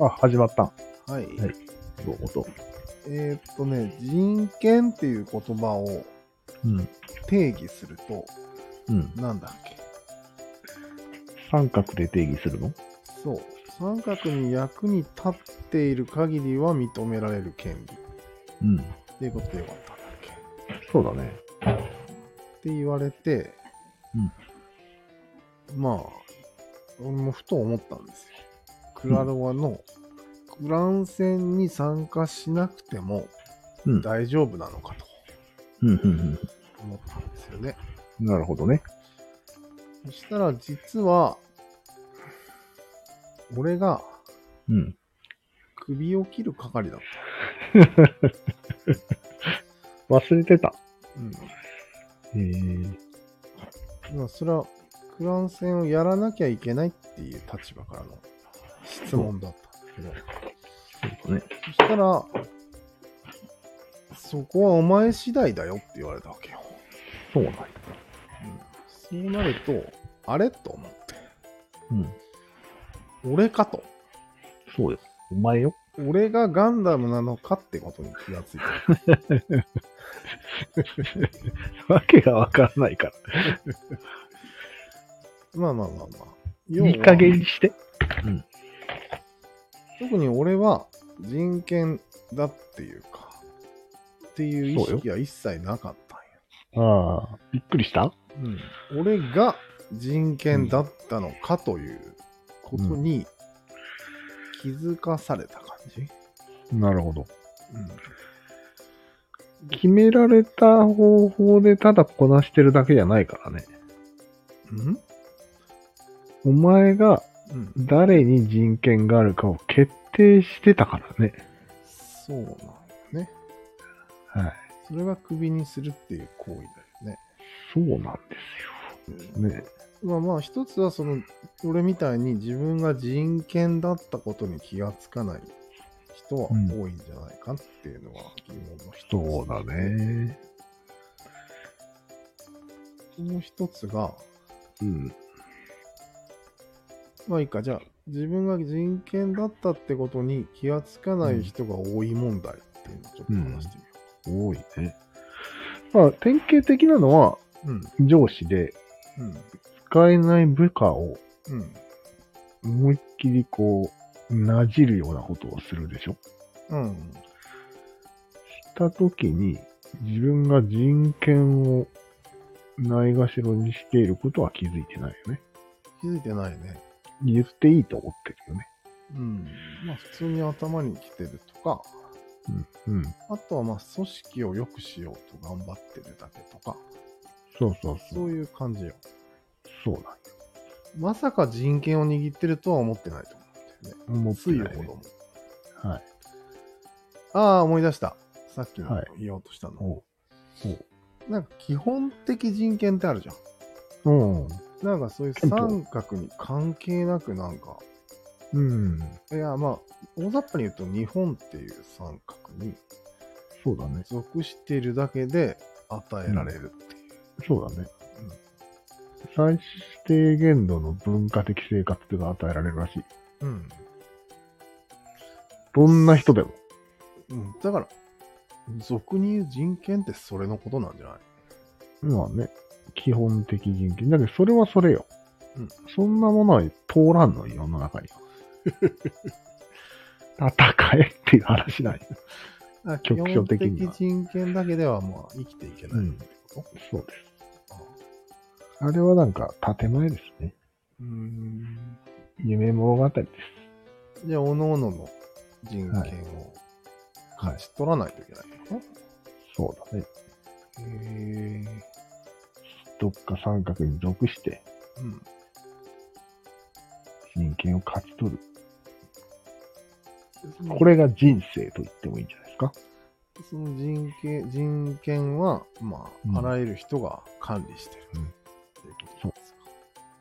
あ、始まった。はい。はいどう音。えーっとね、人権っていう言葉をうん。定義すると、うん。なんだっけ。三角で定義するのそう。三角に役に立っている限りは認められる権利。うん。っていうことでよかったんだっけ。っそうだね。て言われて、まあ、俺もふと思ったんですよ。クラロワの、クラン戦に参加しなくてもうん。大丈夫なのかとうん。うん。思ったんですよね。うん。なるほどね。そしたら実は、俺がうん。首を切る係だっ忘れてた。た。うん。へえ。まあ、それは、クラン戦をやらなきゃいけないっていう立場からの質問だったんだけど、そうだね。そしたら、そこはお前次第だよって言われたわけよ。そうなんだ。そうなると、あれと思って、うん。俺かと。そうよ。お前よ。俺がガンダムなのかってことに気がついた。わけがわからないから。まあまあまあまあ。 いい加減にして。うん。特に俺は人権だっていうか、っていう意識は一切なかったああ。びっくりしたんや。うん、俺が人権だったのかということに気づかされた感じ。なるほど。うん決められた方法でただこなしてるだけじゃないからね。うんお前がうん、誰に人権があるかを決定してたからね。そうなんよね。はい。それがクビにするっていう行為だよね。そうなんですよ。ね。まあまあ一つはその俺みたいに自分が人権だったことに気がつかない人は多いんじゃないかっていうのは疑問の一つ、そうだ。ね。もう一つが、うん。まあいいか、じゃあ自分が人権だったってことに気がつかない人が多い問題っていうのをちょっと話して多いね。まあ、典型的なのは、みよ上司でう。うん。使えない部下をうん。うん。思いっきりこう、なじるようなことをするでしょ。うん。したときに、自分が人権をないがしろにしていることは気づいてないよね。気づいてないね。言っていいと思ってるよね。うん。まあ普通に頭に来てるとか、うん。うん。あとはまあ組織を良くしようと頑張ってるだけとか、そうそうそ。そうういう感じよ。そうなんよ。まさか人権を握ってるとは思ってないと思うんだよね。思ってついなほい、どね。も。はい。ああ、思い出した。さっきのはい言おうとしたの。おうなんか基本的人権ってあるじゃん。おう。なんかそういう憲法三角に関係なくなんか、うん。いやまあ、大雑把に言うと日本っていう三角にそうだね。属しているだけで与えられるっていう。そうだね。最低限度の文化的生活が与えられるらしい。うん。どんな人でも。うん、だから、俗に言う人権ってそれのことなんじゃないまあね、基本的人権。だけど、それはそれよ。うんそんなものは通らんのよ、世の中に は。戦えっていう話なんよ。あ局所的には基本的人権だけではまあ生きていけないってこと、そうです。あれはなんか、建前ですね。うん。夢物語です。じゃあ、おののの人権をはい勝。ち取らないといけないのかそうだね。な、へえ。どっか三角に属して、うん。人権を勝ち取る。これが人生と言ってもいいんじゃないですか。その人権、人権は、まあ、うんあらゆる人が管理してる。うんっていうことですか。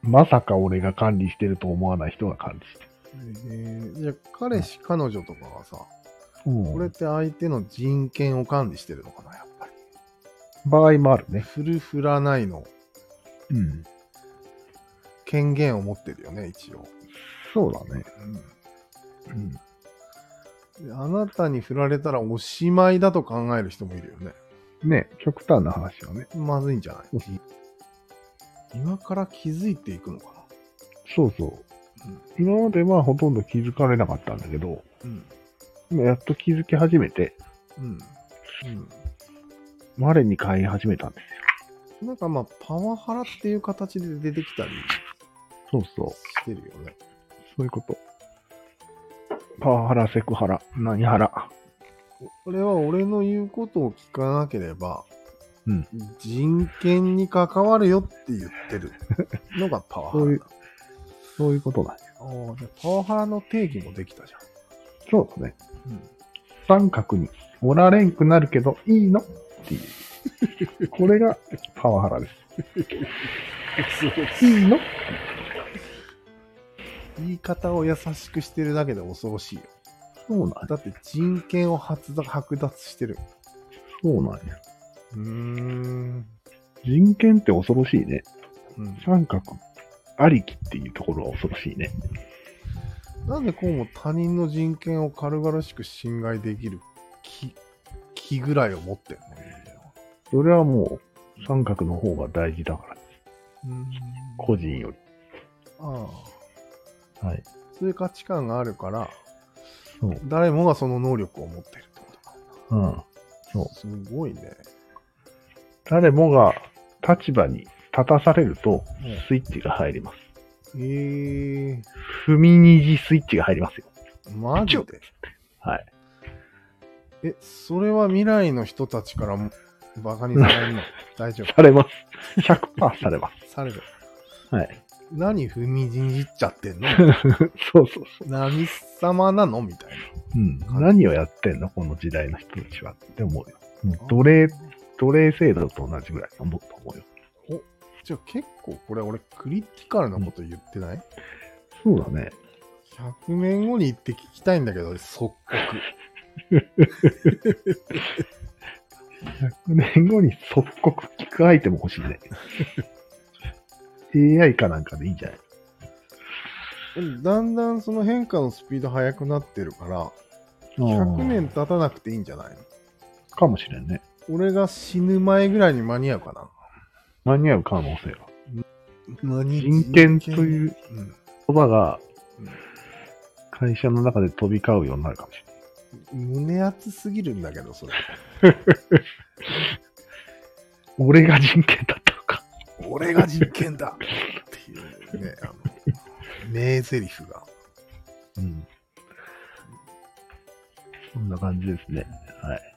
まさか俺が管理してると思わない人が管理してる。へえじゃあ、彼氏、彼女とかがさ、ここれっれ、て相手の人権を管理してるのかな、やっぱり。場合もあるね。振る振らないのうん。権限を持ってるよね、一応。そうだね。ううんん。であなたに振られたらおしまいだと考える人もいるよね。ね、極端な話はね。まずいんじゃないうん今から気づいていくのかそうそう。今まではほとんど気づかれなかったんだけど、なうん。今やっと気づき始めて、うん。我に返り始めたんですうん。なんかまあ、パワハラっていう形で出てきたりよ。そうそう。してるよね。そういうこと。パワハラ、セクハラ、何ハラ。これは俺の言うことを聞かなければ、うん人権に関わるよって言ってるのがパワハラそういだう。そういうことだね。ああじゃあパワハラの定 義もできたじゃそうですね。ん。うん三角におられんくなるけどいいのっていう。これがパワハラです。いいの言い方を優しくしてるだけで恐ろしいよ。そうなんや。だって人権を発奪剥奪してる。そうなんや。うーん。人権って恐ろしいね。うん、三角ありきっていうところは恐ろしいね。なんでこうも他人の人権を軽々しく侵害できる気、気ぐらいを持ってるのそれはもう三角の方が大事だから。人間は個人より。ああ。はい。そういう価値観があるから、そう。誰もがその能力を持ってるってことか。うん。そう。すごいね。誰もが立場に立たされるとうんスイッチが入ります。ええ踏みにじスイッチが入りますよ。ー、マジではい。え、それは未来の人たちからもバカに されるの大丈されます。100%されま夫。される。す。はい。 何踏みにじっちゃってんのそうそうそう。何様なのみたいうん、はい何をやってんのこの時代の人たちはって思うよ。うんな。奴隷、奴隷制度と同じぐらい思うと思うよ。じゃあ結構これ俺クリティカルなこと言ってない、そうだね。 ?100 年後に行って聞きたいんだけど、俺即刻。 100年後に即刻聞くアイテム欲しい ね。AI かなんかでいいんじゃないだんだんその変化のスピード速くなってるから、100年経たなくていいんじゃないのかもしれんね。俺が死ぬ前ぐらいに間に合うかな。間に合う可能性は。間に人権といううん。言葉がうん会社の中で飛び交うようになるかもしれない。胸熱すぎるんだけど、それ。俺が人権だったのか。俺が人権だっていうね、あの、名台詞が。うん。そんな感じですね。はい。